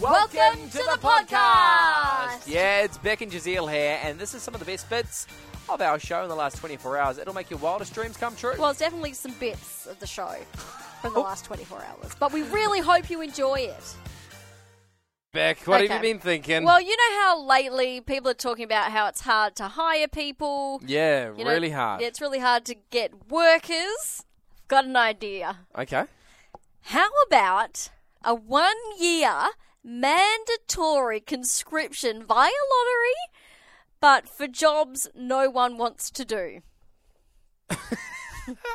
Welcome to the podcast. Yeah, it's Beck and Jazeel here, and this is some of the best bits of our show in the last 24 hours. It'll make your wildest dreams come true. Well, it's definitely some bits of the show from the Oh. last 24 hours, but we really hope you enjoy it. Beck, what Okay. have you been thinking? Well, you know how lately people are talking about how it's hard to hire people. yeah, You know, really hard. It's really hard to get workers. Got an idea. Okay. How about a one year mandatory conscription via lottery, but for jobs no one wants to do?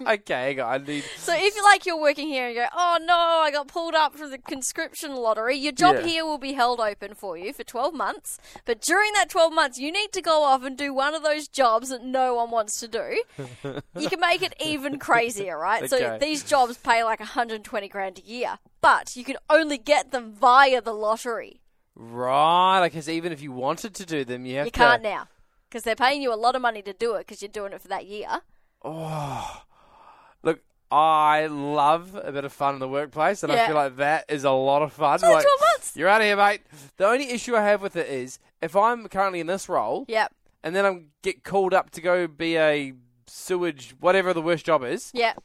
okay, hang on, I need. So if you like you're working here and you go, oh no, I got pulled up from the conscription lottery, your job Yeah. here will be held open for you for 12 months. But during that 12 months, you need to go off and do one of those jobs that no one wants to do. you can make it even crazier, right? So Okay. these jobs pay like 120 grand a year, but you can only get them via the lottery. Right, because even if you wanted to do them, you have You to. can't now. Because they're paying you a lot of money to do it because you're doing it for that year. Oh. Look, I love a bit of fun in the workplace, and Yeah. I feel like that is a lot of fun. only Like, 12 months. You're out of here, mate. The only issue I have with it is if I'm currently in this role, Yep. and then I get called up to go be a sewage, whatever the worst job is. Yep.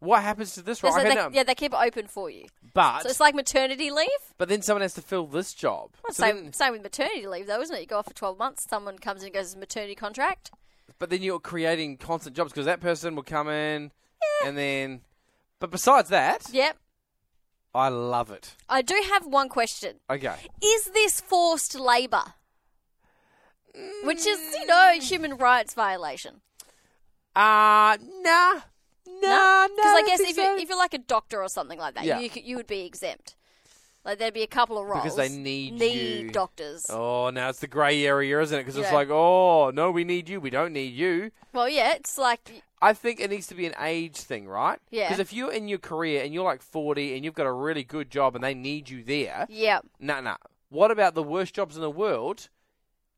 What happens to this role? So I they, can, um, yeah, they keep it open for you. but So it's like maternity leave. but then someone has to fill this job. Well, So same, then- same with maternity leave, though, isn't it? You go off for 12 months, someone comes in and goes, maternity contract. but then you're creating constant jobs because that person will come in and then. But besides that, Yep. I love it. I do have one question. Okay. Is this forced labour? Which is, you know, a Mm. human rights violation. Uh nah, nah, nah. Because I guess think if, so. you, if you're like a doctor or something like that, Yeah. you, could- you would be exempt. Like, there'd be a couple of roles. Because they need Need you. doctors. Oh, now it's the grey area, isn't it? Because it's Yeah. like, oh, no, we need you. We don't need you. Well, yeah, it's like, I think it needs to be an age thing, right? Yeah. Because if you're in your career and you're like 40 and you've got a really good job and they need you there, yeah. nah, nah. What about the worst jobs in the world?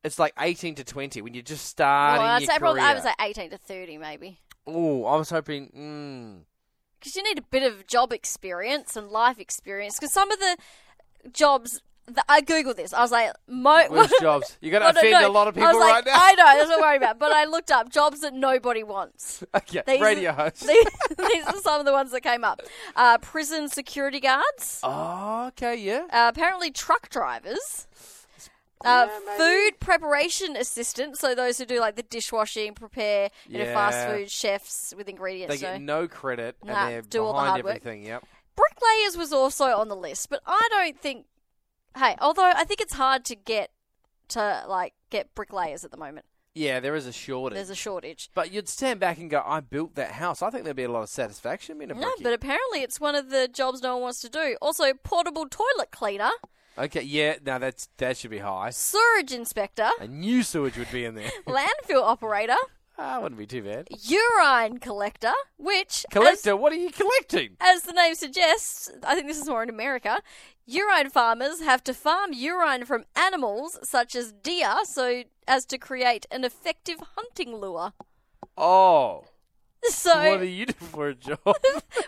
It's like 18 to 20 when you're just starting Well, I'd your say probably, I career. would say 18 to 30, maybe. oh, I was hoping, mm, because you need a bit of job experience and life experience. Because some of the jobs, that I googled this. I was like, mo- worst jobs. You're going to Well, Oh, no, offend no. a lot of people I was like, right now. I know, that's what I'm worried about. But I looked up jobs that nobody wants. okay, These are- radio host. These, these are some of the ones that came up: uh, prison security guards, Oh, okay, yeah. uh, apparently truck drivers. Uh, food preparation assistants, so those who do like the dishwashing, prepare, you know, fast Yeah. food chefs with ingredients. They so- get no credit Nah, and they're do all the behind hard work. everything, yep. Bricklayers was also on the list, but I don't think. Hey, although I think it's hard to get to like get bricklayers at the moment. Yeah, there is a shortage. There's a shortage. but you'd stand back and go, I built that house. I think there'd be a lot of satisfaction being a No, brickie. but apparently it's one of the jobs no one wants to do. Also, portable toilet cleaner, Okay, yeah, no, that's that should be high. sewage inspector, A new sewage would be in there. landfill operator, Ah, wouldn't be too bad. urine collector, which Collector, what are you collecting? As, as the name suggests, I think this is more in America. Urine farmers have to farm urine from animals such as deer, so as to create an effective hunting lure. Oh, what So, are you doing for a job?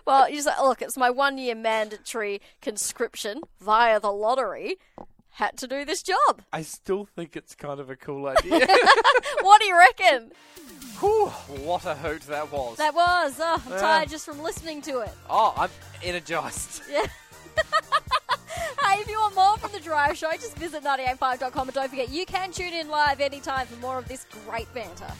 well, you just like, look, it's my one year mandatory conscription via the lottery. Had to do this job. I still think it's kind of a cool idea. What do you reckon? Whew, what a hoot that was. That was. Oh, Ah. I'm tired just from listening to it. oh, I'm energized. Hey, if you want more from The Drive Show, just visit 985.com and don't forget you can tune in live anytime for more of this great banter.